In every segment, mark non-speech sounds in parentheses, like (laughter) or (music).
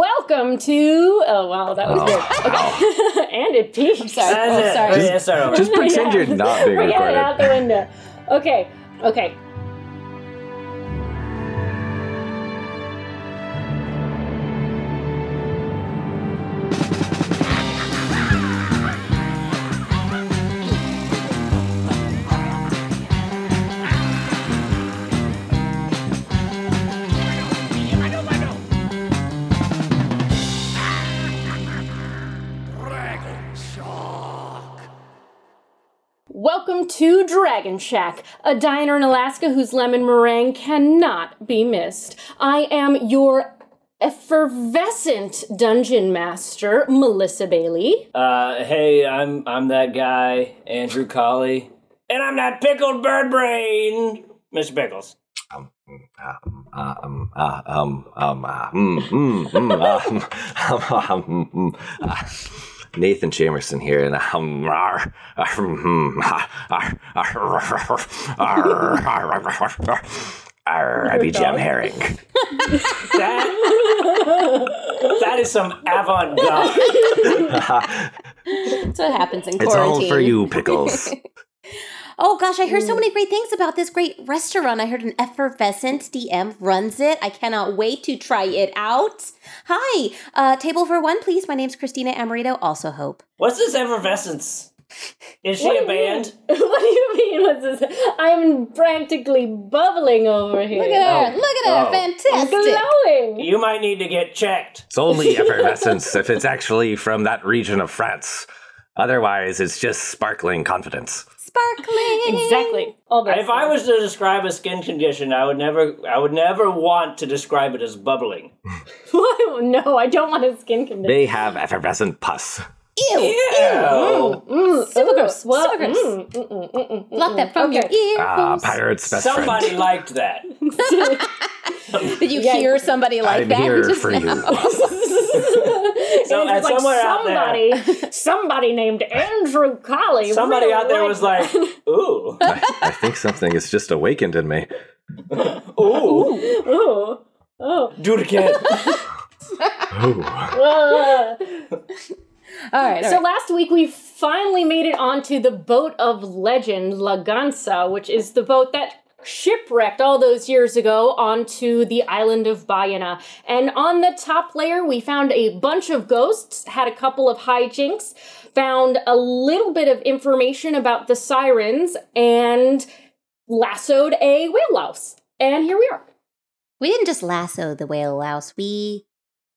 Welcome to. Oh wow, that was good. Okay. (laughs) and it peaked. I'm sorry. That's I'm it. sorry. uh, Just- Yeah, start over. Just pretend Yeah. (laughs) you're not being Forget it out the recorded. window. Okay. Okay. Welcome to Dragon Shack, a diner in Alaska whose lemon meringue cannot be missed. I am your effervescent dungeon master, Melissa Bailey. (laughs) Uh, hey, I'm I'm that guy, Andrew Colley, and I'm that pickled bird brain, Mr. Pickles. Um, um, uh, um, uh, um, um, uh, mm, mm, (laughs) mm, um, um, um, mm, uh, Nathan Jamerson here, and um, rar, ar, mm, ah, ar, ar, ar, ar, ar, ar, ar, ar, I be Jam Herring. That (laughs) that is some avant-garde. That's what happens in It's quarantine. all for you, Pickles. Oh gosh, I heard Mm. so many great things about this great restaurant. I heard an effervescent DM runs it. I cannot wait to try it out. Hi, uh, table for one, please. My name's Christina Amorito, also Hope. What's this effervescence? Is she What do a you band? mean? what do you mean? What's this? I'm practically bubbling over here. Look at her! Look at her! Oh. I'm Fantastic! glowing. You might need to get checked. It's only effervescence if it's actually from that region of France. Otherwise, it's just sparkling confidence. Sparkling. Exactly. All those If I was to describe a skin condition, I would never I would never want to describe it as bubbling. things. (laughs) no, I don't want a skin condition. They have effervescent pus. Ew! Ew. Mm, Super ooh, gross, well, super gross. mm, mm, mm, mm, mm, mm. Block that from Okay. your ear. Ah, pirate's best Somebody friend. liked that. Did you Yeah. hear somebody like I'm that? (laughs) here just for now? you. So, And it's and like somewhere out there- somebody, somebody named Andrew Colley. Somebody really out there was like, (laughs) ooh, I, I think something is just awakened in me. ooh, Ooh. Oh. do it again. (laughs) Uh, Ooh. All right. all so right. last week we finally made it onto the boat of legend, Laganza, which is the boat that shipwrecked all those years ago onto the island of Bayana. And on the top layer, we found a bunch of ghosts, had a couple of hijinks, found a little bit of information about the sirens, and lassoed a whale louse. And here we are. we didn't just lasso the whale louse. We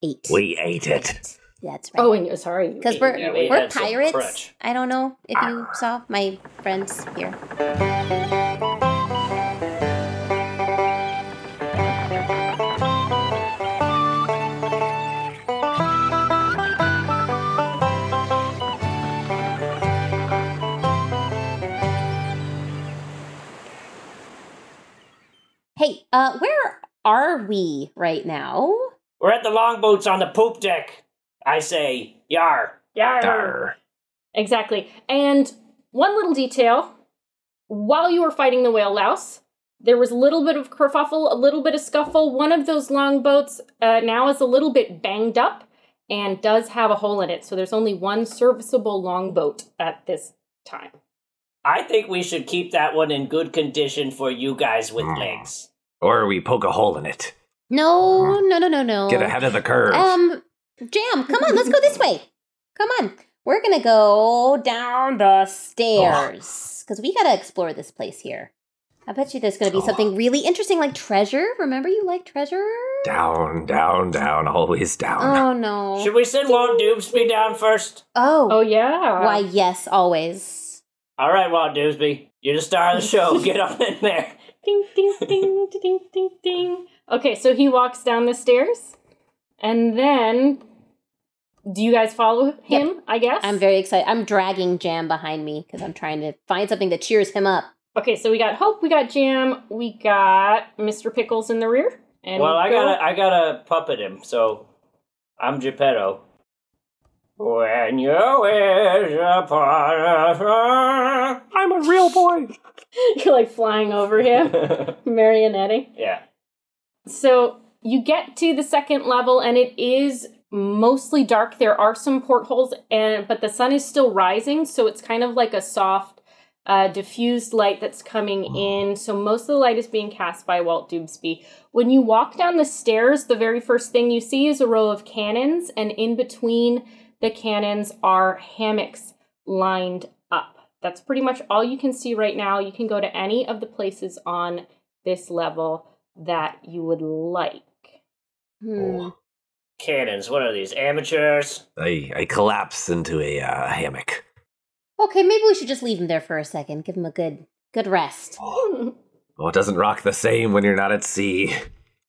ate. We ate it. That's right. Oh, and sorry. Because we're Yeah, we we're had some pirates. crutch. I don't know if you saw my friends here. Hey, uh, where are we right now? We're at the longboats on the poop deck. I say, yar. Yeah. Arr. Exactly. And one little detail while you were fighting the whale louse, there was a little bit of kerfuffle, a little bit of scuffle. One of those longboats uh, now is a little bit banged up and does have a hole in it. So there's only one serviceable longboat at this time. I think we should keep that one in good condition for you guys with legs. Or we poke a hole in it. No, no, no, no, no. Get ahead of the curve. Um, Jam, come on, let's go this way. Come on. We're gonna go down the stairs because we gotta explore this place here. I bet you there's gonna be something really interesting like treasure. Remember, you like treasure? down, down, down, always down. Oh no. Should we send Walt Doomsby down first? Oh, Oh, yeah. why, yes, always. All right, Walt Doomsby. You're the star of (laughs) the show. Get on in there. Ding, ding, ding, ding, ding, ding, ding. Okay, so he walks down the stairs and then. Do you guys follow him? I guess I'm very excited. I'm dragging Jam behind me because I'm trying to find something that cheers him up. Okay, so we got Hope, we got Jam, we got Mr. Pickles in the rear. And Well, I go- (laughs) gotta, I gotta puppet him. So, I'm Geppetto. When you wish upon I'm a real boy. (laughs) You're like flying over him, (laughs) a marionetting. yeah. So You get to the second level, and it is mostly dark. There are some portholes, and but the sun is still rising, so it's kind of like a soft, uh, diffused light that's coming in. So most of the light is being cast by Walt Doomsby. When you walk down the stairs, the very first thing you see is a row of cannons, and in between the cannons are hammocks lined up. That's pretty much all you can see right now. You can go to any of the places on this level that you would like. Hmm. Oh. Cannons. What are these? Amateurs? I, I collapse into a uh, hammock. Okay, maybe we should just leave him there for a second. Give him a good good rest. Oh, oh, it doesn't rock the same when you're not at sea.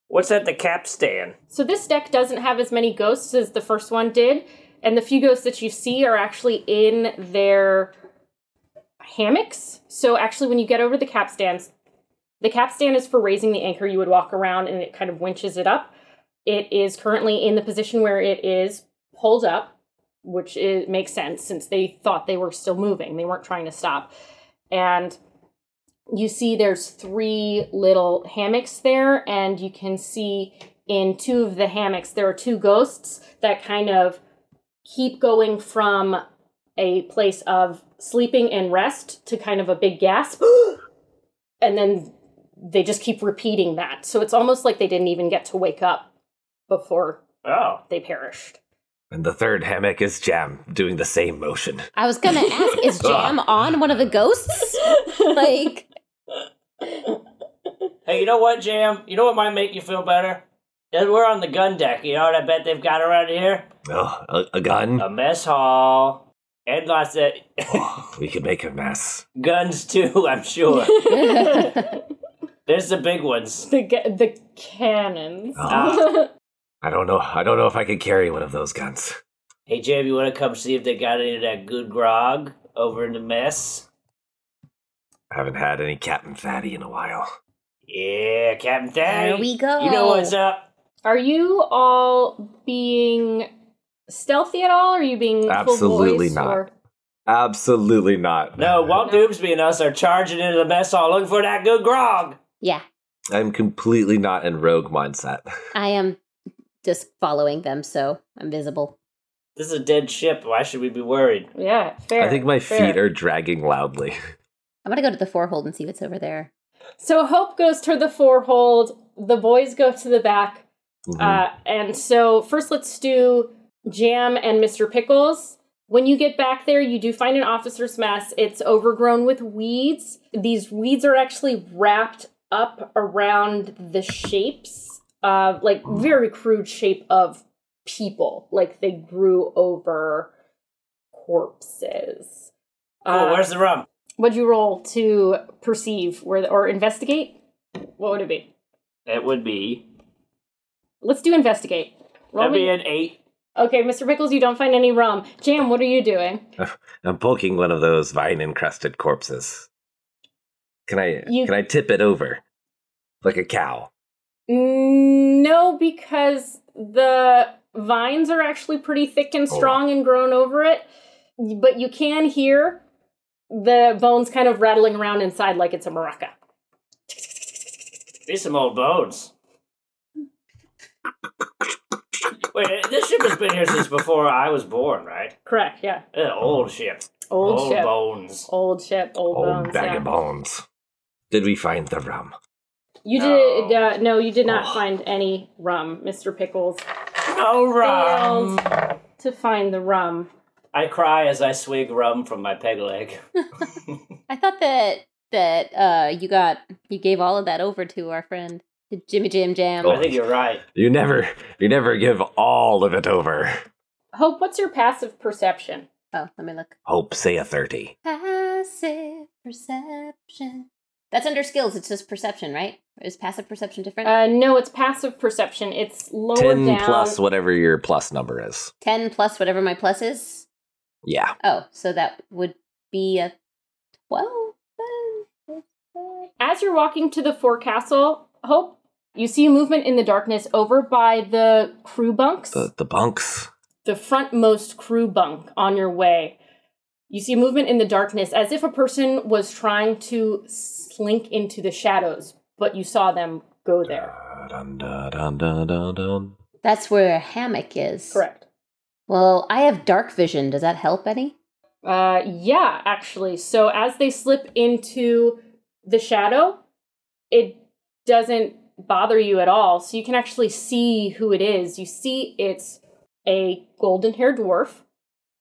What's at the capstan? So this deck doesn't have as many ghosts as the first one did, and the few ghosts that you see are actually in their hammocks. So actually, when you get over the capstans, the capstan is for raising the anchor. You would walk around, and it kind of winches it up. It is currently in the position where it is pulled up, which is, makes sense since they thought they were still moving. They weren't trying to stop, and you see there's three little hammocks there and you can see in two of the hammocks there are two ghosts that kind of keep going from a place of sleeping and rest to kind of a big gasp (gasps) and then they just keep repeating that so it's almost like they didn't even get to wake up before Oh. they perished And the third hammock is Jam doing the same motion. I was gonna ask, is Jam on one of the (laughs) ghosts? Like, Hey, you know what, Jam? You know what might make you feel better? That we're on the gun deck. You know what I bet they've got around here? Oh, a, a gun? A mess hall. And lots of (laughs) Oh, we could make a mess. guns, too, I'm (laughs) sure. the, There's the big ones. ga- (laughs) the cannons Oh, I don't know. I don't know if I could carry one of those guns. Hey, Jam, you want to come see if they got any of that good grog over in the mess? I haven't had any Captain Fatty in a while. Yeah, Captain Daddy. there we go. You know what's up? Are you all being stealthy at all? Are you being full Absolutely voice, not. Or... Absolutely not. No, Walt Doomsby and us are charging into the mess hall looking for that good grog. Yeah, I'm completely not in rogue mindset. (laughs) I am just following them, so I'm visible. This is a dead ship. Why should we be worried? Yeah, fair. I think my feet fair. are dragging loudly. I'm gonna go to the forehold and see what's over there. So Hope goes to the forehold. The boys go to the back. Mhm. Uh, Mm. and so first, let's do Jam and Mr. Pickles. When you get back there, you do find an officer's mess. It's overgrown with weeds. These weeds are actually wrapped up around the shapes of, like, very crude shape of people. Like they grew over corpses. Cool, Uh, where's the rum? what'd you roll to perceive where the, or investigate? What would it be? It would be. Let's do investigate. Roll That'd me- be an eight. Okay, Mr. Pickles, you don't find any rum. Jam, what are you doing? Mm-hmm. I'm poking one of those vine encrusted corpses. Can I You- can I tip it over like a cow? Mm, No, because the vines are actually pretty thick Oh, and strong and grown over it. But you can hear the bones kind of rattling around inside like it's a maraca. Be some old bones. Wait, this ship has been here since before I was born, right? Correct, yeah. It's an old ship. Old, Oh, ship. bones. Old ship, old, Old bones. Oh, bag yeah. of bones. Did we find the rum? You No. did uh, no, you did not Oh. find any rum, Mr. Pickles. No rum. To find the rum. I cry as I swig rum from my peg leg. (laughs) I thought that that uh you got you gave all of that over to our friend to Jimmy Jam Jam. Oh. I think you're right. You never you never give all of it over. Hope, what's your passive perception? Oh, let me look. Hope say a 30. Passive perception. That's under skills. It's just perception, right? Is passive perception different? Uh, no, it's passive perception. It's lower 10 down. plus whatever your plus number is. 10 plus whatever my plus is. Yeah. Oh, so that would be a 12? As you're walking to the forecastle, Hope, you see movement in the darkness over by the crew bunks, The the bunks. the frontmost crew bunk on your way. You see movement in the darkness as if a person was trying to slink into the shadows, but you saw them go there. Dun, dun, dun, dun, dun, dun. That's where hammock is. Correct. Well, I have dark vision. Does that help any? Uh, yeah, actually. So as they slip into the shadow, it doesn't bother you at all. So you can actually see who it is. You see it's a golden haired dwarf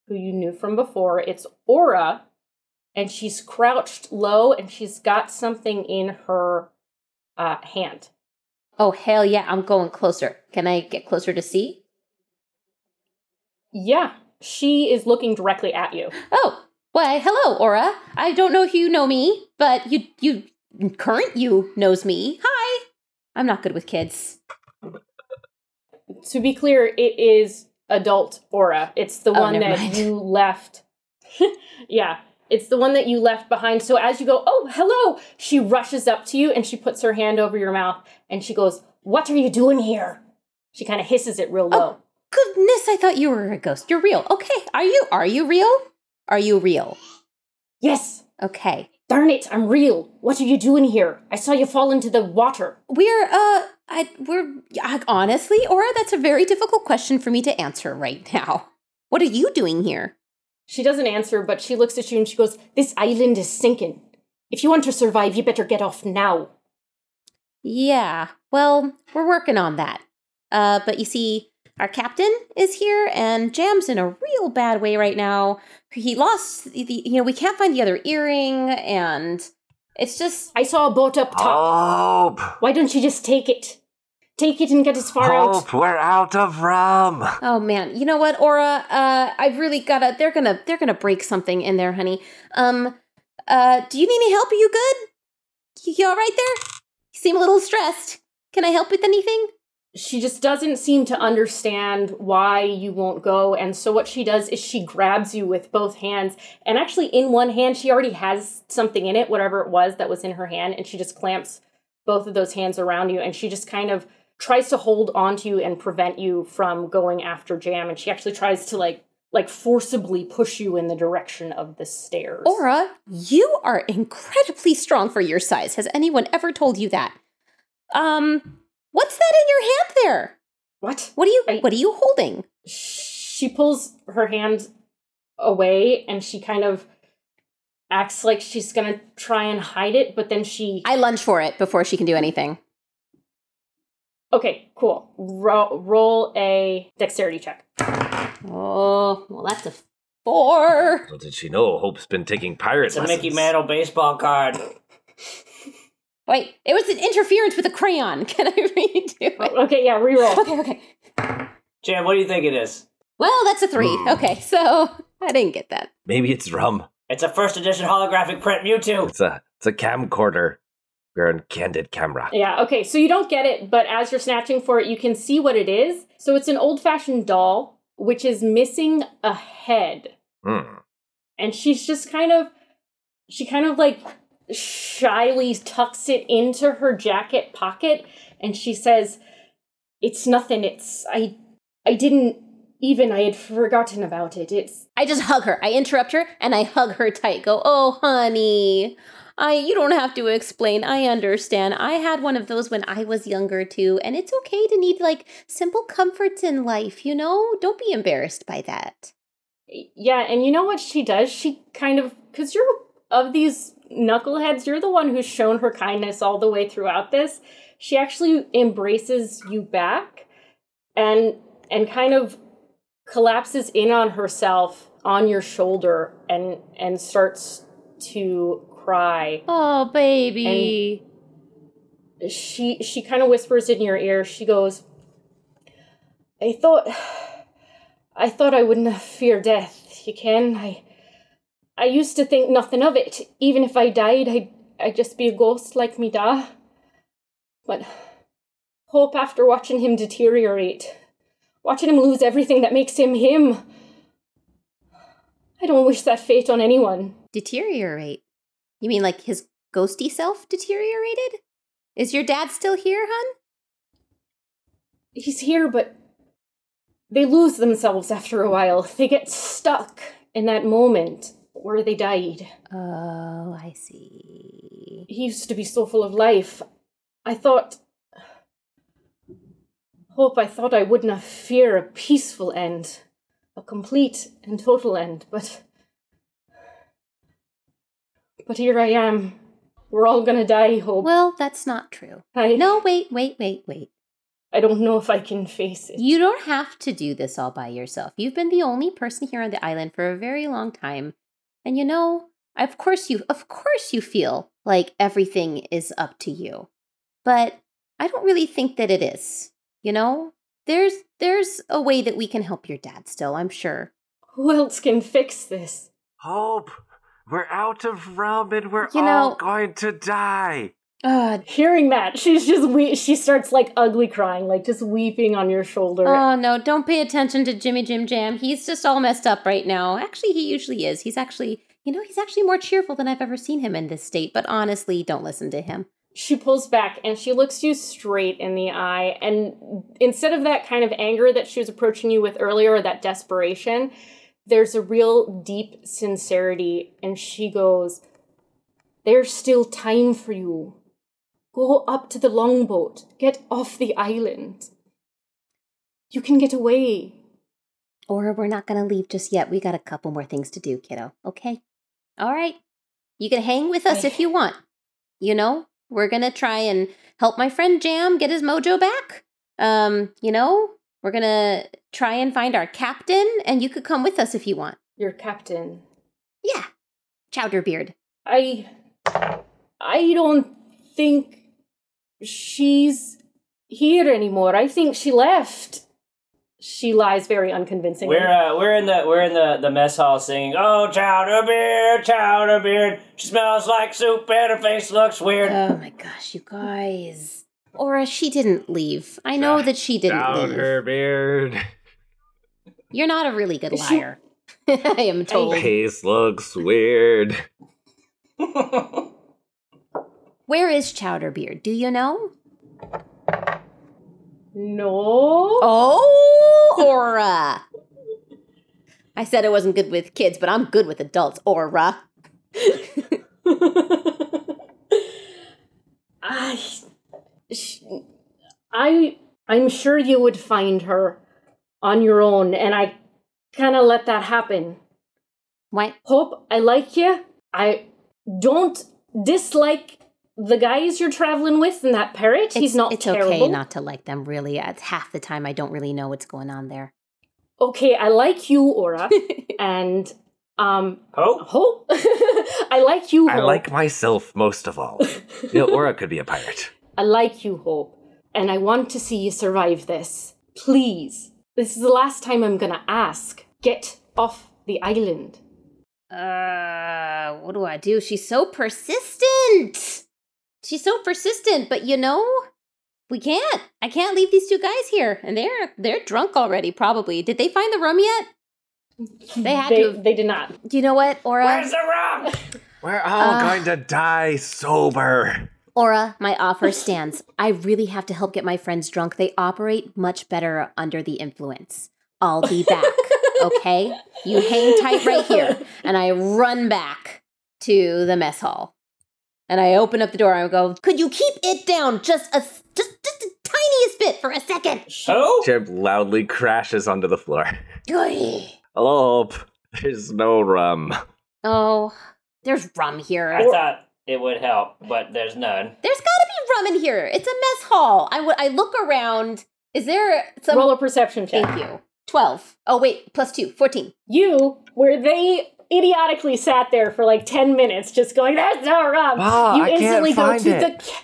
who you knew from before. It's Aura, and she's crouched low and she's got something in her uh, hand. Oh hell yeah! I'm going closer. Can I get closer to see? Yeah, she is looking directly at you. Oh, why? Hello, Aura. I don't know if you know me, but you you current you knows me. Hi. I'm not good with kids. to be clear, it is adult aura. It's the Oh, one never that mind. you left. (laughs) yeah, it's the one that you left behind. So as you go, oh, hello, she rushes up to you and she puts her hand over your mouth and she goes, What are you doing here? She kind of hisses it real Oh. low. Goodness, I thought you were a ghost. You're real. Okay. Are you are you real? Are you real? Yes, Okay. darn it, I'm real. What are you doing here? I saw you fall into the water. We're uh I we're I, honestly, Aura, that's a very difficult question for me to answer right (laughs) now. What are you doing here? She doesn't answer, but she looks at you and she goes, This island is sinking. If you want to survive, you better get off now. Yeah, well, we're working on that. Uh, but you see, our captain is here, and Jam's in a real bad way right now. He lost the, the- you know, we can't find the other earring, and it's just I saw a boat up top. Help! Why don't you just take it? Take it and get as far out. Help! We're out of rum. oh man, you know what, Aura? Uh, I've really gotta. They're gonna they're gonna break something in there, honey. Um, uh, do you need any help? Are you good? You, you all right there? You seem a little stressed. Can I help with anything? She just doesn't seem to understand why you won't go. And so, what she does is she grabs you with both hands. And actually, in one hand, she already has something in it, whatever it was that was in her hand. And she just clamps both of those hands around you. And she just kind of tries to hold onto you and prevent you from going after Jam. And she actually tries to, like, like forcibly push you in the direction of the stairs. Aura, you are incredibly strong for your size. Has anyone ever told you that? Um, what's that in your hand there? what? What are you I- what are you holding? she pulls her hand away and she kind of acts like she's gonna try and hide it, but then she. I lunge for it before she can do anything. okay, cool. Ro- roll a dexterity check. Oh, well that's a four. Little did she know Hope's been taking pirate It's a lessons. Mickey Mantle baseball card. Wait, it was an interference with a crayon. (laughs) Can I redo it? Oh, okay, yeah, reroll. (laughs) Okay, okay. Jam, what do you think it is? Well, that's a three. Hmm. Okay, so I didn't get that. Maybe it's rum. It's a first edition holographic print Mewtwo. It's a it's a camcorder. We're on candid camera. yeah, okay, so you don't get it, but as you're snatching for it, you can see what it is. So it's an old fashioned doll, which is missing a head. Hmm. and she's just kind of she kind of like shyly tucks it into her jacket pocket and she says it's nothing it's i i didn't even i had forgotten about it it's I just hug her. I interrupt her and I hug her tight. Go, oh honey, I you don't have to explain. I understand. I had one of those when I was younger too, and it's okay to need like simple comforts in life. You know, don't be embarrassed by that. yeah and you know what she does she kind of because you're of these knuckleheads you're the one who's shown her kindness all the way throughout this she actually embraces you back and and kind of collapses in on herself on your shoulder and and starts to cry Oh baby, she she kind of whispers in your ear she goes i thought i thought i wouldn't fear death you can i i used to think nothing of it even if i died i'd i'd just be a ghost like me da but hope after watching him deteriorate watching him lose everything that makes him him i don't wish that fate on anyone deteriorate. You mean like his ghosty self deteriorated? Is your dad still here, hun? he's here, but they lose themselves after a while. They get stuck in that moment where they died. Oh, I see. He used to be so full of life. I thought hope I thought I would not fear a peaceful end, a complete and total end, but. But here I am. We're all gonna die, I hope. Well, that's not true. I, No, wait, wait, wait, wait. I don't know if I can face it. You don't have to do this all by yourself. You've been the only person here on the island for a very long time. And you know, of course you of course you feel like everything is up to you. But I don't really think that it is. You know? There's there's a way that we can help your dad still, I'm sure. Who else can fix this? Hope! We're out of rum and we're You all know- going to die. Ah, Uh, Hearing that, she's just we- she starts like ugly crying, like just weeping on your shoulder. oh no, don't pay attention to Jimmy Jim Jam. He's just all messed up right now. Actually, he usually is. He's actually, you know, he's actually more cheerful than I've ever seen him in this state, but honestly, don't listen to him. she pulls back and she looks you straight in the eye and instead of that kind of anger that she was approaching you with earlier or that desperation there's a real deep sincerity and she goes there's still time for you go up to the longboat get off the island you can get away Or we're not gonna leave just yet. We got a couple more things to do, kiddo. Okay. All right. You can hang with us (laughs) if you want. You know, we're gonna try and help my friend Jam get his mojo back. Um, you know, we're gonna try and find our captain, and you could come with us if you want. your captain Yeah. Chowderbeard. I I don't think she's here anymore. I think she left. She lies very unconvincingly. We're uh, we're in the we're in the, the mess hall singing. Oh, chowder beard, chowder beard. She smells like soup and her face looks weird. Uh, (laughs) (laughs) Oh my gosh, you guys. Aura, she didn't leave. I know that she didn't Down leave. her beard. You're not a really good She- liar. (laughs) I am told. Face looks weird. Where is Chowderbeard? Do you know? no. Oh, Aura. I said I wasn't good with kids, but I'm good with adults, Aura. (laughs) I, sh I I'm sure you would find her on your own and I kind of let that happen. Why? Hope, I like you. I don't dislike the guys you're traveling with in that parrot. He's it's- not It's terrible. okay not to like them, really. It's half the time I don't really know what's going (laughs) on there. okay, I like you, (laughs) Aura, and um, Hope. Hope. (laughs) I like you. I Hope. like myself most of all. (laughs) You know, Aura could be a pirate. I like you, Hope, and I want to see you survive this. Please, this is the last time I'm gonna ask. Get off the island. Uh, what do I do? She's so persistent. She's so persistent, but you know, we can't. I can't leave these two guys here, and they're they're drunk already. Probably. Did they find the room yet? They had They, to. have- they did not. You know what, Aura? Where's the (laughs) rum? We're all Ah. going to die sober. Aura, my offer stands. I really have to help get my friends drunk. They operate much better under the influence. I'll be back, okay? You hang tight right here. And I run back to the mess hall. And I open up the door. I go, could you keep it down just a just just the tiniest bit for a second? Who? Chip loudly crashes onto the floor. Oy. Help! There's no rum. Oh, there's rum here. I thought it would help, but there's none. There's gotta be rum in here. It's a mess hall. I would I look around. Is there (laughs) some Roll a perception check. Thank you. 12. Oh, wait, plus 2, 14. you where they idiotically sat there for like 10 minutes just going that's not rum Ma, you Ah, I can't find go to it. the ca-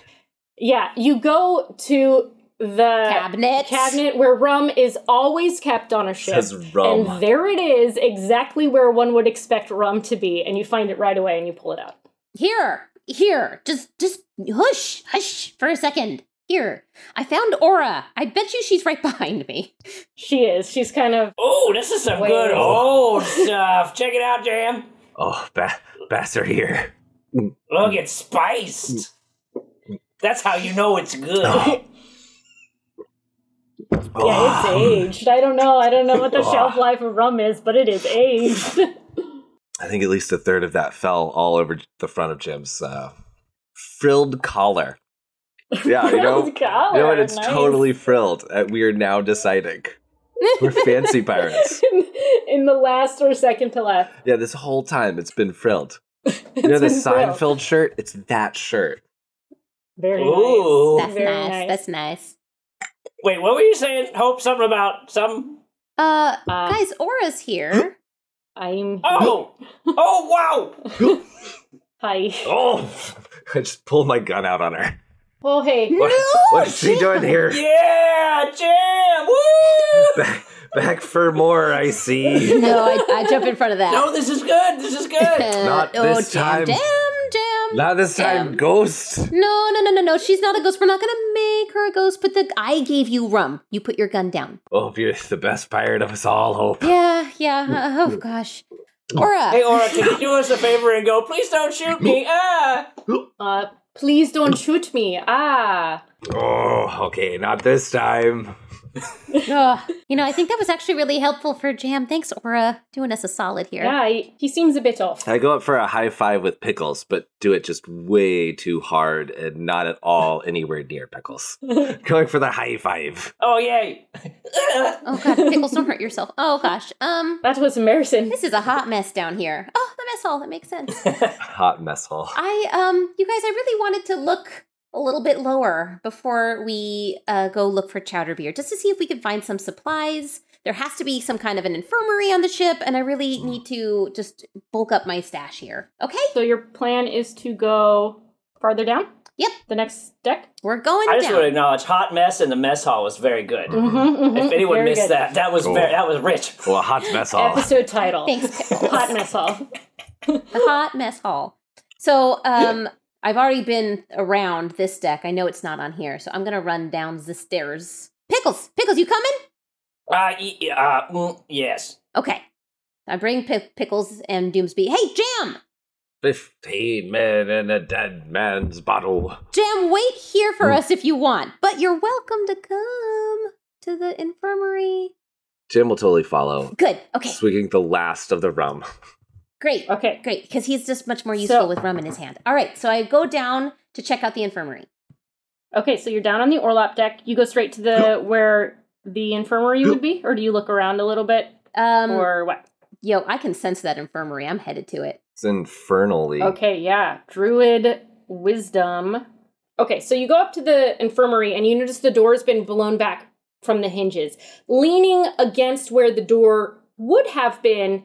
yeah you go to the Cabinet. Uh, cabinet where rum is always kept on a ship Says rum. and there it is exactly where one would expect rum to be and you find it right away and you pull it out Here, here. Just, just hush, hush for a second. Here. I found Aura. I bet you she's right (laughs) behind me. she is she's kind of Oh, this is some Wait. good old stuff. Check it out, Jam. Oh, ba- Bass are here. Look, it's spiced. That's how you know it's good. yeah Ah. Um, it's aged i don't know i don't know what the shelf life of rum is but it is aged I think at least (laughs) a third of that fell all over the front of Jim's uh, frilled collar. Yeah, you know, you know what? It's Nice. totally frilled. Uh, we are (laughs) now deciding. We're fancy pirates. in the last or second to last. Yeah, this whole time it's been frilled. (laughs) You know the It's been real. Seinfeld shirt? It's that shirt. Very Ooh. nice. That's Oh. Very nice. That's nice. Wait, what were you saying? Hope something about some. Uh, Uh, guys, Aura's here. I'm (laughs) Oh, oh wow! hi. Oh, I just pulled my gun out (laughs) on her. Oh hey. What, what is she Jim. doing here? Yeah, jam! Woo! Back, back for more, I see. (laughs) no, I, I jump in front of (laughs) that. No, this is good. This is good. (laughs) Uh, Not oh, this jam, time. Jam, jam. Not this time, Damn. ghost. no, no, no, no, no. She's not a ghost. We're not gonna make her a ghost. But the I gave you rum. You put your (gasps) gun down. Hope you're the best pirate of us all, Hope. Yeah, Mm, yeah. uh, oh gosh, Aura. Hey, Aura, can you do us a favor and go? Please don't shoot me. Ah! Uh please don't shoot me. Ah. Oh, okay, not this time. Ugh. you know, I think that was actually really helpful for Jam. Thanks, Aura, doing us a solid here. Yeah, he, he seems a bit off. I go up for a high five with pickles, but do it just way too hard and not at all anywhere near pickles. Going for the high five. Oh yay! Oh god, (laughs) pickles, don't hurt yourself. Oh gosh. Um, That was embarrassing. this is a hot mess down here. Oh, the mess hall. That makes sense. Hot mess hall. I um, you guys, I really wanted to look a little bit lower before we uh, go look for chowder beer, just to see if we could find some supplies. There has to be some kind of an infirmary on the ship, and I really need to just bulk up my stash here. Okay, (laughs) So your plan is to go farther down? Yep. The next deck? we're going I just want to down. acknowledge hot mess in the mess hall was very good. Mm-hmm, Mm-hmm. If anyone missed that, that was Cool. very, that was rich. Well, hot mess hall. Episode title. Thanks, (laughs) pickles. Hot mess hall. the hot mess hall. So um I've already been around this deck. I know it's not on here, so I'm gonna run down the stairs. Pickles, pickles, you coming? Uh, e- uh, mm, yes. Okay. I bring Pic- pickles and Doomsby. Hey, Jam, Fifteen men in a dead man's bottle. Jam, wait here for Mm. us if you want, but you're welcome to come to the infirmary. Jim will totally follow, Good. Okay. swigging the last of the rum. Great. Okay. Great, because he's just much more useful uh, So- with rum in his hand. All right, so I go down to check out the infirmary. Okay, so you're down on the Orlop deck. You go straight to the where the infirmary would be, or do you look around a little bit, Um, or what? yo, I can sense that infirmary. I'm headed to it. It's infernally. Okay, yeah, Druid Wisdom. Okay, so you go up to the infirmary and you notice the door's been blown back from the hinges, leaning against where the door would have been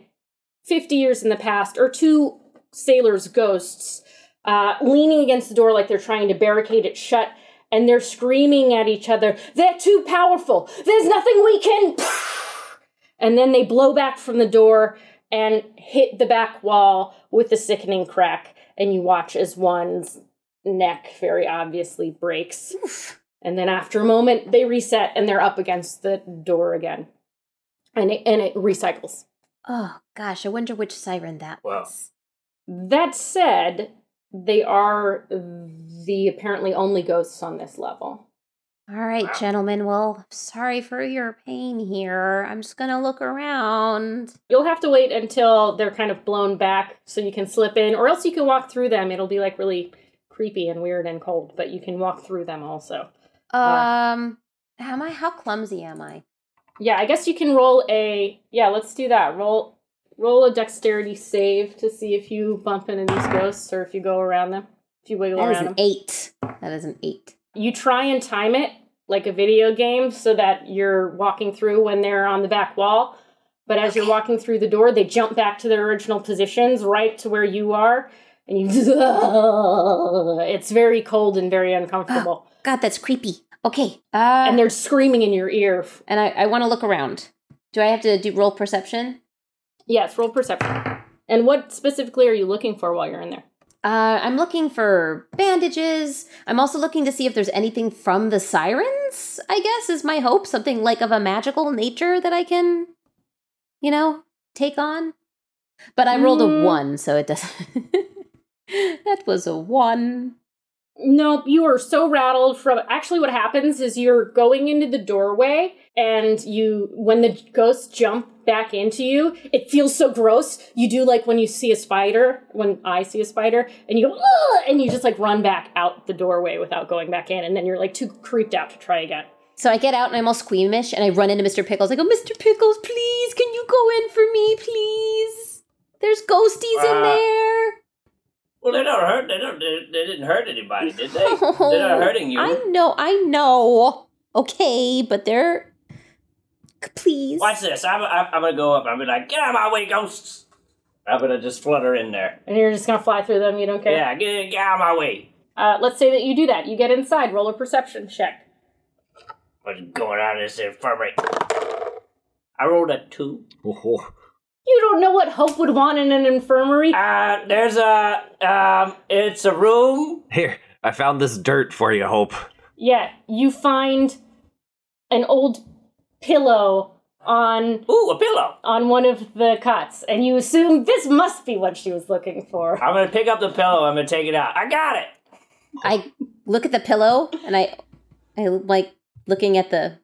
50 years in the past, or two sailors' ghosts uh, leaning against the door like they're trying to barricade it shut, and they're screaming at each other, They're too powerful! There's nothing we can. (sighs) And then they blow back from the door and hit the back wall with a sickening crack, and you watch as one's neck very obviously breaks. And then after a moment, they reset and they're up against the door again. And it, and it recycles. Oh gosh, I wonder which siren that Wow. was. That said, they are the apparently only ghosts on this level. All right, Wow. gentlemen. Well, sorry for your pain here. I'm just gonna look around. You'll have to wait until they're kind of blown back so you can slip in, or else you can walk through them. It'll be like really creepy and weird and cold, but you can walk through them also. Yeah. Um, am I? How clumsy am I? Yeah, I guess you can roll a yeah, let's do that. Roll roll a dexterity save to see if you bump into these ghosts or if you go around them. If you wiggle That is around them. an eight. That is an eight. You try and time it like a video game so that you're walking through when they're on the back wall. But as you're Okay. walking through the door, they jump back to their original positions right to where you are. And you (laughs) it's very cold and very uncomfortable. God, that's creepy. Okay. (gasps) Uh, and and they're screaming in your ear. and I, I want to look around. Do I have to do roll perception? Yes, roll perception. And what specifically are you looking for while you're in there? Uh, I'm looking for bandages. I'm also looking to see if there's anything from the sirens, I guess, is my hope. Something like of a magical nature that I can, you know, take on. But I rolled Mm. (laughs) a one, so it doesn't. that was a one. Nope, you are so rattled from actually what happens is you're going into the doorway and you when the ghosts jump back into you, it feels so gross. You do like when you see a spider, when I see a spider, and you go "Ugh," and you just like run back out the doorway without going back in and then you're like too creeped out to try again. So I get out and I'm all squeamish and I run into Mr. Pickles. I go, Mr. Pickles, please, can you go in for me, please? There's ghosties in Ah. there. Well, they don't hurt. They don't. They, they didn't hurt anybody, did (laughs) they? They're not hurting you. Oh, I know, I know. Okay, but they're. Please. Watch this. I'm, I'm, I'm gonna go up. I'm gonna be like, get out of my way, ghosts. I'm gonna just flutter in there. And you're just gonna fly through them, you don't care. Yeah, get, get out of my way. Uh, let's say that you do that. You get inside, roll a perception check. What's going on in this infirmary? I rolled a two. Oh, You don't know what Hope would want in an infirmary. Uh, there's a um, it's a room. (laughs) Here, I found this dirt for you, Hope. Yeah, you find an old pillow on Ooh, a pillow. on one of the cots, and you assume this must be what she was looking for. I'm gonna pick up the pillow. I'm gonna take it out. I got it. I look at the pillow and I, I like looking at the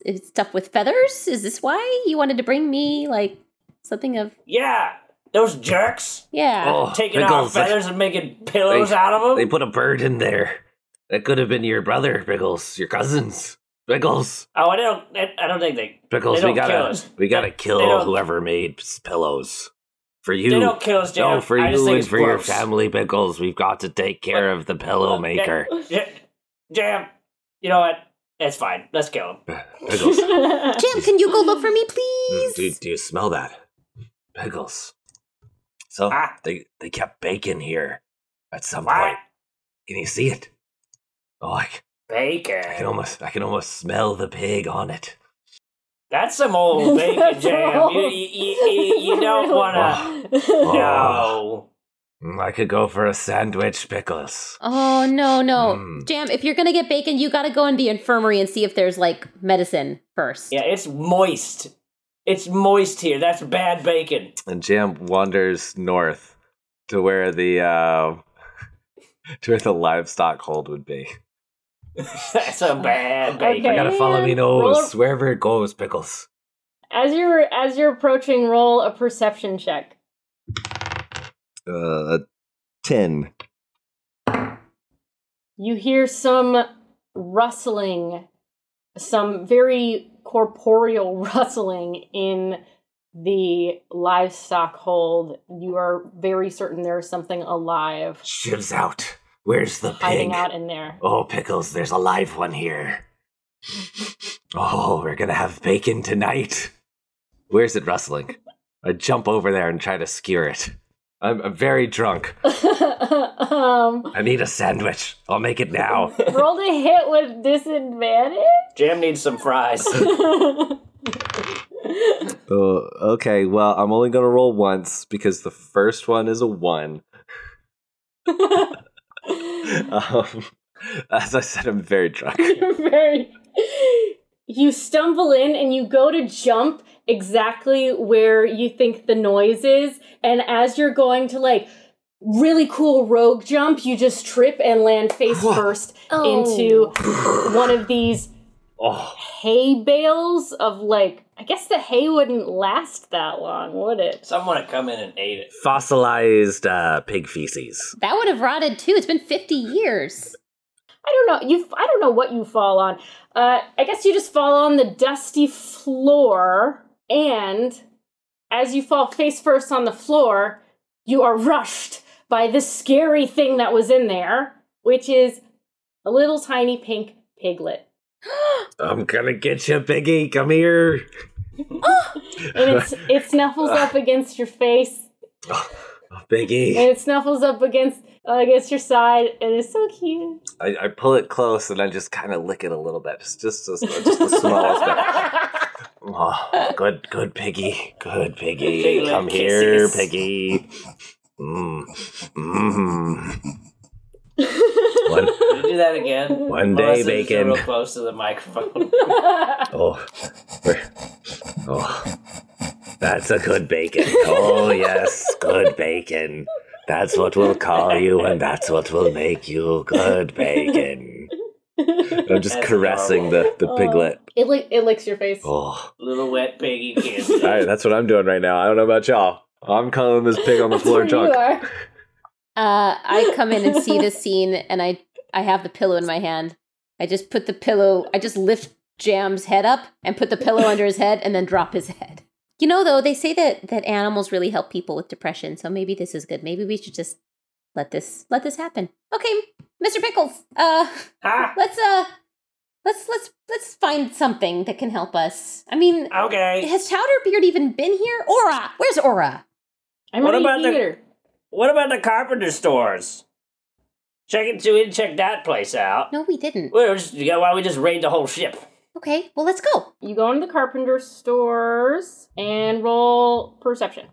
it's stuff with feathers. Is this why you wanted to bring me like something of Yeah, those jerks yeah? oh, taking Pickles, Uh, off feathers and making pillows out of them. They put a bird in there. That could have been your brother, Pickles. Your cousins, Pickles. oh, I don't. I, I don't think they. Pickles, They we don't kill gotta us. we gotta They- they kill don't- whoever made s- pillows for you. They don't kill us, Jam. no, for I just you think and it's for your gross. family, Pickles. We've got to take care of the pillow maker, Yeah, Jam, you know what? It's fine. Let's kill him. (laughs) (laughs) (laughs) Pickles. Jim, can you go look for me, mm, please? do, do you smell that, Pickles? So Ah. they they kept bacon here at some What? point. Can you see it? Oh, I, c- I can Bacon. almost I can almost smell the pig on it. That's some (laughs) old bacon jam. Oh, You, you, you, you- you don't Oh. wanna. No. Mm, I could go for a sandwich, Pickles. Oh no no, Mm. Jam! If you're gonna get bacon, you gotta go in the infirmary and see if there's like medicine first. Yeah, it's moist. It's moist here. That's bad bacon. (laughs) and Jam wanders north to where the um (laughs) to where the livestock hold would be. That's a bad bacon. I gotta follow me And nose roll- wherever it goes, pickles. (laughs) As you're as you're approaching, roll a perception check. Uh, ten. You hear some rustling, some very corporeal (laughs) rustling in the livestock hold. You are very certain there is something alive Shivs out. Where's the pig? hiding out in there. (laughs) Oh, pickles! There's a live one here. oh, we're gonna have bacon tonight. Where's it rustling? I jump over there and try to skewer it. I'm, I'm very drunk. um, I need a sandwich. I'll make it now. rolled a hit with disadvantage. (laughs) Jam needs (laughs) some fries. (laughs) Oh, okay. Well, I'm only gonna roll once because the first one is a (laughs) one. Um, as I said, I'm very drunk. You're (laughs) very. You stumble in and you go to jump exactly where you think the noise is, and as you're going to like really cool rogue jump, you just trip and land face first Oh. Oh. into one of these Oh, hay bales of like. I guess the hay wouldn't last that long, would it? Someone to come in and (laughs) ate it. fossilized uh, pig feces. That would have rotted too. It's been 50 years. I don't know. You. I don't know what you fall on. Uh, I guess you just fall on the dusty floor, and as you fall face first on the floor, you are rushed by the scary thing that was in there, which is a little tiny pink piglet, I'm gonna get you, Biggie. Come here. and (laughs) it's, it snuffles up against your face, and Oh, Biggie. it snuffles up against uh, against your side, and it's so cute. (laughs) I, I pull it close and I just kind of lick it a little bit. Just, just, just, just the smallest bit. Oh, good, good, Piggy. Good, Piggy. Piglet Come here, kisses. Piggy. Mm. Mm. One, Did you do that again? one day, Melissa's bacon. Real close to (laughs) the microphone. Oh, We're- oh, that's a good bacon. Oh yes, good bacon. That's what we'll call you, and that's what will make you good bacon. I'm just That's caressing the, the Oh. piglet. It li- it licks your face. Oh. Little wet piggy (laughs) kids. All right, that's what I'm doing right now. I don't know about y'all. I'm calling this pig on the That's floor where you junk. are. Uh, I come in and see this scene, and I I have the pillow in my hand. I just put the pillow. I just lift Jam's head up and put the pillow under his head, and then drop his head. You know, though they say that that animals really help people with depression, so maybe this is good. Maybe we should just let this let this happen. Okay, Mr. Pickles. Uh, ha! let's uh, let's let's let's find something that can help us. I mean, Okay. has Chowderbeard even been here? Aura, where's Aura? I'm What already about the- here. What about the carpenter stores? Check it too. We didn't check that place out. No, we didn't. We were just, you know, why don't we just raid the whole ship? Okay, well let's go. You go into the carpenter stores and roll perception.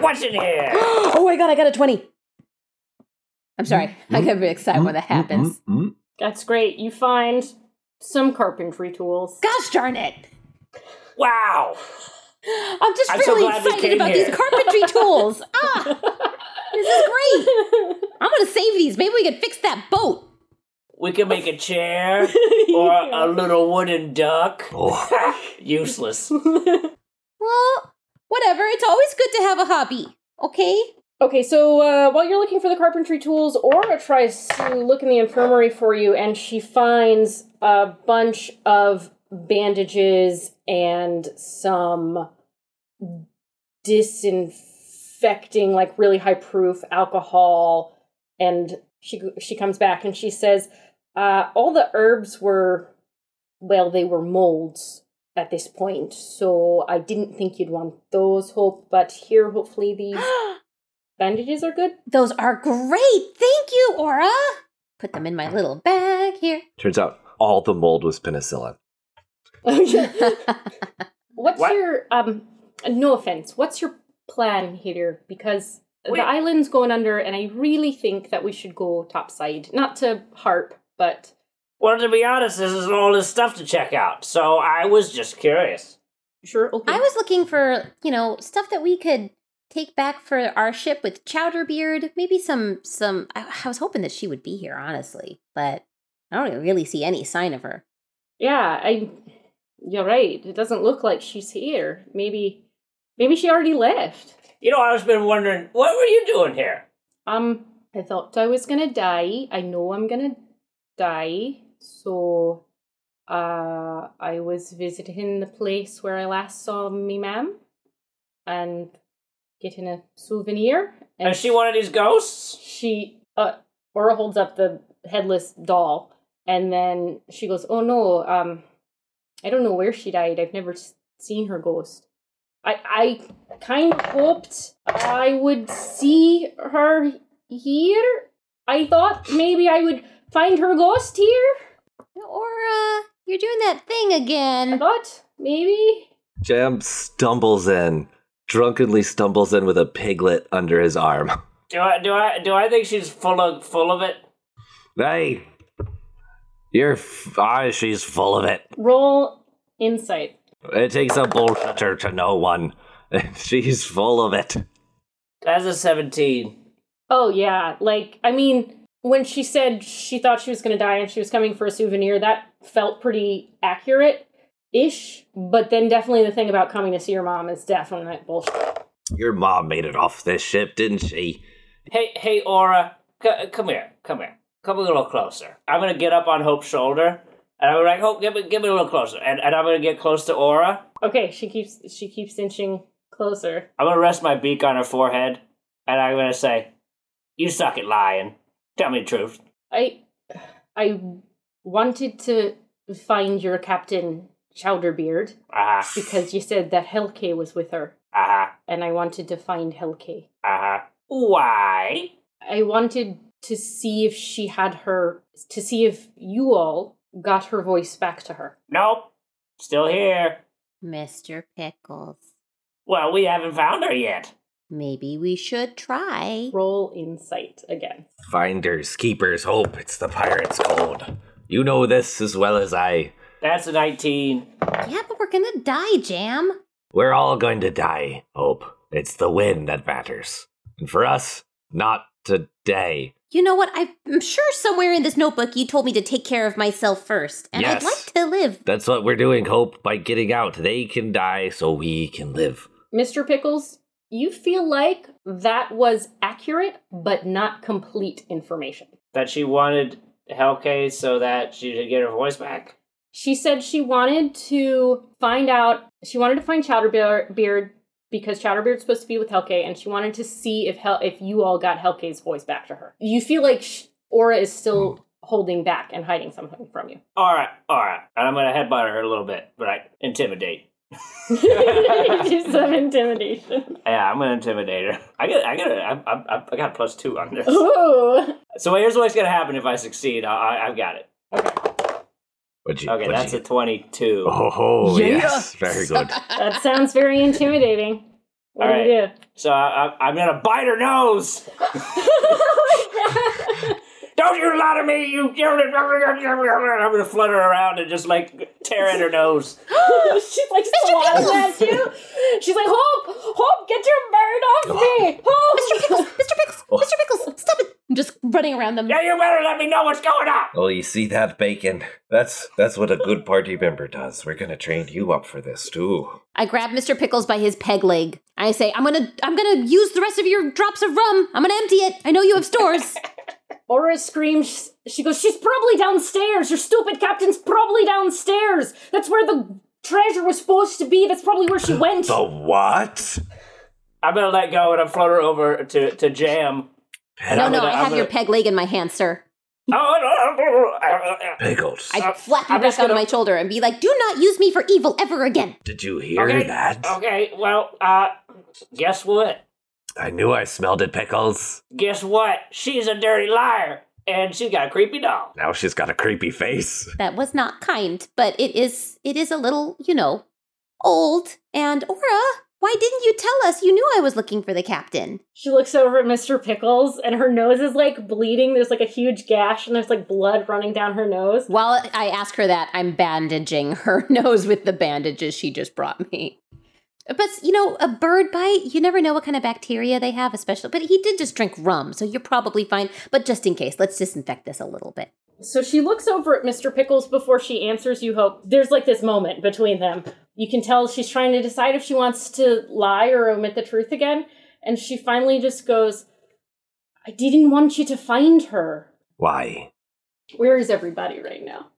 What's in here? (gasps) oh my god, I got a 20. I'm sorry. I Mm-hmm. get really excited when that happens. Mm, mm, That's great. You find some carpentry tools. Gosh darn it. Wow. I'm just I'm so really glad we excited came about here. these (laughs) carpentry tools. Ah, this is great. I'm going to save these. Maybe we could fix that boat. We could make a chair or (laughs) a little (laughs) wooden duck. Oh. Useless. Well, whatever. It's always good to have a hobby. (gasps) Okay? Okay, so uh, while you're looking for the carpentry tools, Aura tries to look in the infirmary for you, and she finds a bunch of bandages and some disinfecting, like really high proof alcohol. And she she comes back and she says, uh, "All the herbs were, well, they were molds at this point, so I didn't think you'd want those. Hope, but here, hopefully these." bandages are good. (laughs) Those are great. Thank you, Aura. Put them in my little bag (laughs) here. (laughs) Turns out all the mold was penicillin. Oh yeah. What's What? your um? No offense. What's your plan here? Because Wait. the island's going under, and I really think that we should go topside. Not to harp, but Well, to be honest, this is all this stuff to check out, so I was just curious. sure. Okay. I was looking for, you know, stuff that we could take back for our ship with Chowderbeard. Maybe some, some. I, I was hoping that she would be here, honestly, but I don't really see any sign of her. yeah, I. You're right. It doesn't look like she's here. Maybe, maybe she already left. You know, I was been wondering, what were you doing here? Um, I thought I was gonna die. I know I'm gonna die. So, uh, I was visiting the place where I last saw me ma'am, and getting a souvenir. And Is she one of these ghosts? she uh, Aura holds up the headless doll, and then she goes, "Oh no, um, I don't know where she died. I've never s- seen her ghost. I I kind of hoped I would see her here. I thought maybe I would find her ghost here. Aura, uh, you're doing that thing I again. thought maybe." Jam stumbles in, drunkenly stumbles in with a piglet under his arm. (laughs) Do I do I do I think she's full of full of it? Hey, you're. F- ah, she's full of it. Roll insight. It takes a bullshitter to know one. (laughs) she's full of it. That's a seventeen. Oh yeah, like I mean, when she said she thought she was gonna die and she was coming for a souvenir, that felt pretty accurate ish. But then definitely the thing about coming to see your mom is definitely like bullshit. Your mom made it off this ship, didn't she? Hey hey Aura, c- come here, come here, come a little closer. I'm gonna get up on Hope's shoulder, and I'm like Hope, give me give me a little closer, and, and I'm gonna get close to Aura. Okay, she keeps she keeps inching closer. I'm gonna rest my beak on her forehead, and I'm gonna say, "You suck at lying. Tell me the truth." I I wanted to find your captain Chowderbeard Uh huh. because you said that Helke was with her, Uh huh. and I wanted to find Helke. Uh huh. Why? I wanted to see if she had her to see if you all got her voice back to her. Nope. Still here. Mr. Pickles, Well, we haven't found her yet. maybe we should try. Roll insight again. Finders, keepers, hope. It's the pirate's code. You know this as well as I. That's a 19. Yeah, but we're gonna die, Jam. We're all going to die, hope. It's the win that matters. And for us, not today. You know what? I'm sure somewhere in this notebook you told me to take care of myself first, and I'd Yes. like to live. That's what we're doing, Hope, by getting out. They can die so we can live. Mr. Pickles, you feel like that was accurate but not complete information. That she wanted Hellcase so that she could get her voice back. She said she wanted to find out, she wanted to find Chowderbeard because Chowderbeard's supposed to be with Helke and she wanted to see if Hel- if you all got Helke's voice back to her. You feel like sh- Aura is still holding back and hiding something from you. All right, all right. And I'm gonna headbutt her a little bit, but I intimidate. (laughs) Just some intimidation. Yeah, I'm gonna intimidate her. (laughs) I got, I got, I, I, I got a plus two (laughs) on this. Ooh. So here's what's gonna happen if I succeed. I, I, I've got it. What'd you? Okay, what'd that's you a twenty-two. Oh, oh, Yeah. yes, (laughs) very (laughs) good. That sounds very intimidating. What All do you do? (laughs) So I, I, I'm gonna bite her nose. Don't you lie to me! You. I'm gonna flutter around and just like tear at her nose. She's like swatting at you. She's like, Hope, Hope, get your bird off me, Mr. Hope. Pickles, (laughs) Mr. Pickles, Mr. Pickles, stop it! I'm just running around them. Yeah, you better let me know what's going on. Well, Oh, you see that bacon? That's that's what a good party member does. We're gonna train you up for this too. I grab Mr. Pickles by his peg leg. I say, "I'm gonna, I'm gonna use the rest of your drops of rum. I'm gonna empty it. I know you (laughs) have stores." Aura screams. She goes, She's probably downstairs. Your stupid captain's probably downstairs. That's where the treasure was supposed to be. That's probably where she went. The what? I'm gonna let go and I'm flutter over to to Jam. (laughs) no, Ped- no, gonna- I I'm have your gonna- peg leg in my hand, sir. Oh, Pickles. I flap you I'm back just onto gonna- my shoulder and be like, "Do not use me for evil ever again." Did you hear Okay. that? okay. Well, uh, guess what? I knew I smelled it, Pickles. Guess what? She's a dirty liar, and she's got a creepy doll. Now she's got a creepy face. That was not kind, but it is, it is a little, you know, old. And Aura, why didn't you tell us? You knew I was looking for the captain. She looks over at Mr. Pickles, and her nose is like bleeding. There's like a huge gash, and there's like blood running down her nose. While I ask her that, I'm bandaging her (laughs) nose with the bandages she just brought me. But you know, a bird bite, you never know what kind of bacteria they have, especially. But he did just drink rum, so you're probably fine. But just in case, let's disinfect this a little bit. So she looks over at Mr. Pickles before she answers you, Hope. There's like this moment between them. You can tell she's trying to decide if she wants to lie or omit the truth again. And she finally just goes, I didn't want you to find her. Why? Where is everybody right now?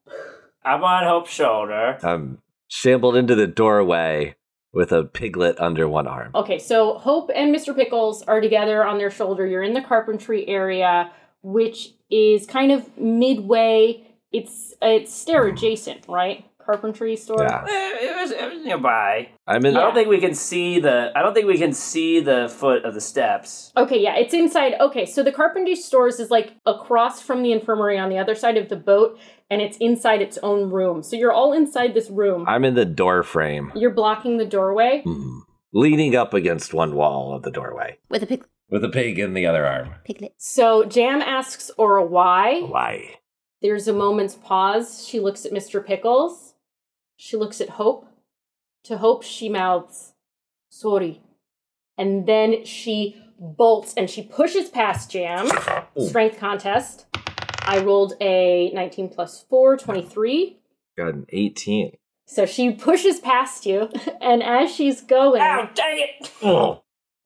I'm on Hope's shoulder. I'm um, shambled into the doorway with a piglet under one arm. Okay, so Hope and Mr. Pickles are together on their shoulder. You're in the carpentry area, which is kind of midway. It's it's stair adjacent, right? Carpentry store. Yeah. Eh, It was, it was nearby. I'm in. I don't think we can see the. I don't think we can see the foot of the steps. Okay, yeah, it's inside. Okay, so the carpentry stores is like across from the infirmary on the other side of the boat, and it's inside its own room. So you're all inside this room. I'm in the door frame, You're blocking the doorway. Hmm. leaning up against one wall of the doorway, With a pig- with a pig in the other arm. piglet. (gasps) So Jam asks Aura why. Why? There's a moment's pause. She looks at Mr. Pickles. She looks at Hope. To Hope, she mouths, Sorry. And then she bolts and she pushes past Jam. Oh, Strength contest. I rolled a 19 plus 4, 23. Got an 18. So she pushes past you, and as she's going, Ow! Dang it! Oh.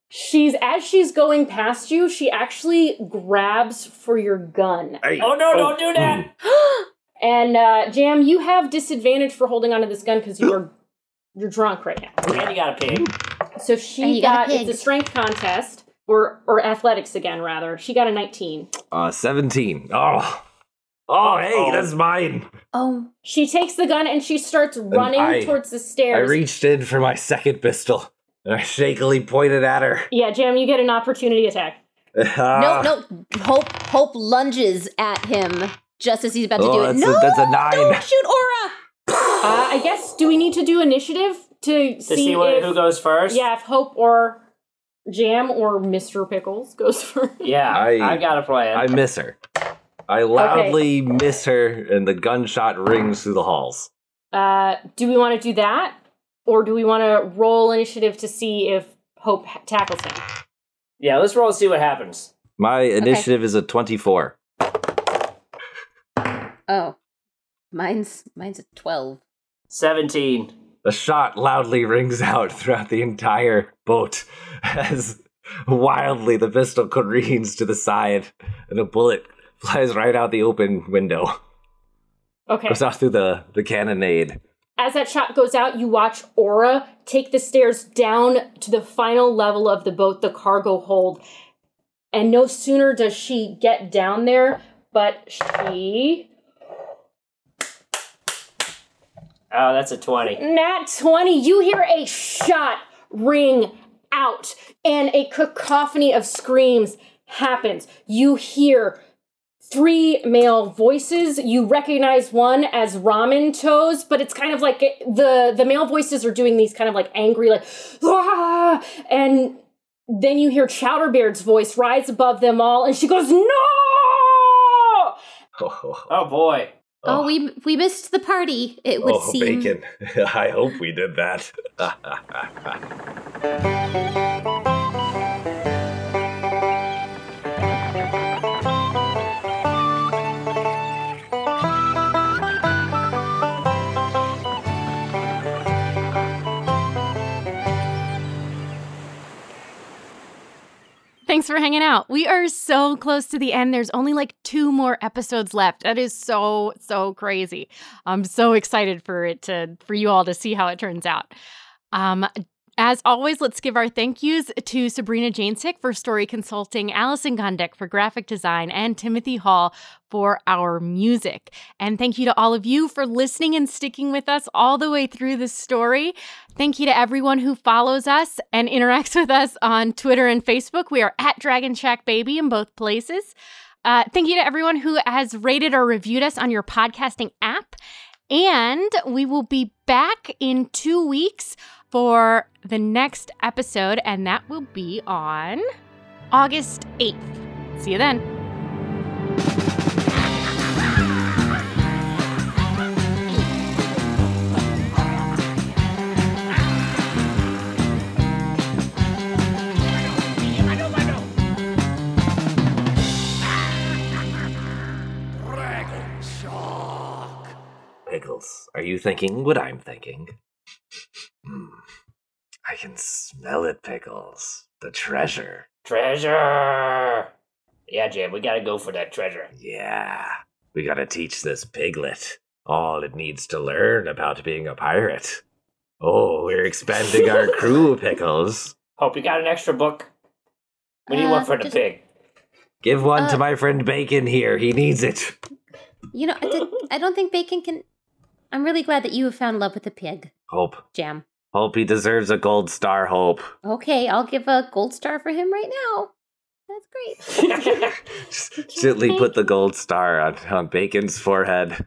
she's as she's going past you, she actually grabs for your gun. Hey. Oh no! Don't do that! And uh, Jam, you have disadvantage for holding onto this gun because you're you're drunk right now. Oh. And you got a pig. So And she you got got, a pig. it's a strength contest or or athletics again rather. She got a nineteen. Uh, 17. Oh. Oh, hey, Oh. that's mine. Oh, She takes the gun and she starts running I- towards the I stairs. reached in for my second pistol and I shakily pointed at her. yeah, Jam, you get an opportunity attack. no, (laughs) Ah. no. Hope, Hope lunges at him just as he's about to Oh, do it. that's, No, a, that's a nine. don't shoot Aura. Uh, I guess do we need to do initiative to, To see, what, if, who goes first. Yeah, if Hope or Jam or Mr. Pickles (laughs) goes first. Yeah. I, I- got a plan. I miss her. I loudly miss her, and the gunshot rings through the halls. Uh, do we want to do that? Or do we want to roll initiative to see if Hope ha- tackles him? Yeah, let's roll and see what happens. My initiative is a 24. Oh, mine's mine's a twelve. 17. The shot loudly rings out throughout the entire boat (laughs) as wildly the pistol careens to the side and a bullet flies right out the open window. Okay. Goes out through the, the cannonade. As that shot goes out, you watch Aura take the stairs down to the final level of the boat, the cargo hold. And no sooner does she get down there, but she. Oh, that's a 20. Nat 20, you hear a shot ring out, and a cacophony of screams happens. You hear three male voices. You recognize one as Ramen Toes, but it's kind of like it- the the male voices are doing these kind of like angry like "Ah!" and then you hear Chowderbeard's voice rise above them all and she goes no Oh, boy. Oh, we we missed the party. It Oh, would seem. (laughs) I hope we did that. (laughs) Thanks for hanging out. We are so close to the end. There's only like two more episodes left. That is so so crazy. I'm so excited for it to for you all to see how it turns out. Um as always, let's give our thank yous to Sabrina Janesick for story consulting, Allison Gondek for graphic design, and Timothy Hall for our music. And thank you to all of you for listening and sticking with us all the way through this story. Thank you to everyone who follows us and interacts (laughs) with us on Twitter and Facebook. We are at Dragon Shack Baby in both places. Uh, thank you to everyone who has rated or reviewed us on your podcasting app. And we will be back in two weeks for the next episode, and that will be on August 8th. See you then. Pickles, are you thinking what I'm thinking? Hmm. I can smell it, Pickles. The treasure. Treasure! Yeah, Jam, we gotta go for that treasure. Yeah. We gotta teach this piglet all it needs to learn about being a pirate. Oh, we're expanding our crew, Pickles. Hope you got an extra book. We need Uh, one for the just- pig. Give one Uh, to my friend Bacon here. He needs it. You know, I, did, I don't think bacon can. I'm really glad that you have found love with the pig, Hope. Jam. Hope he deserves a gold star, Hope. Okay, I'll give a gold star for him right now. That's great. (laughs) Just gently put the gold star on, on Bacon's forehead.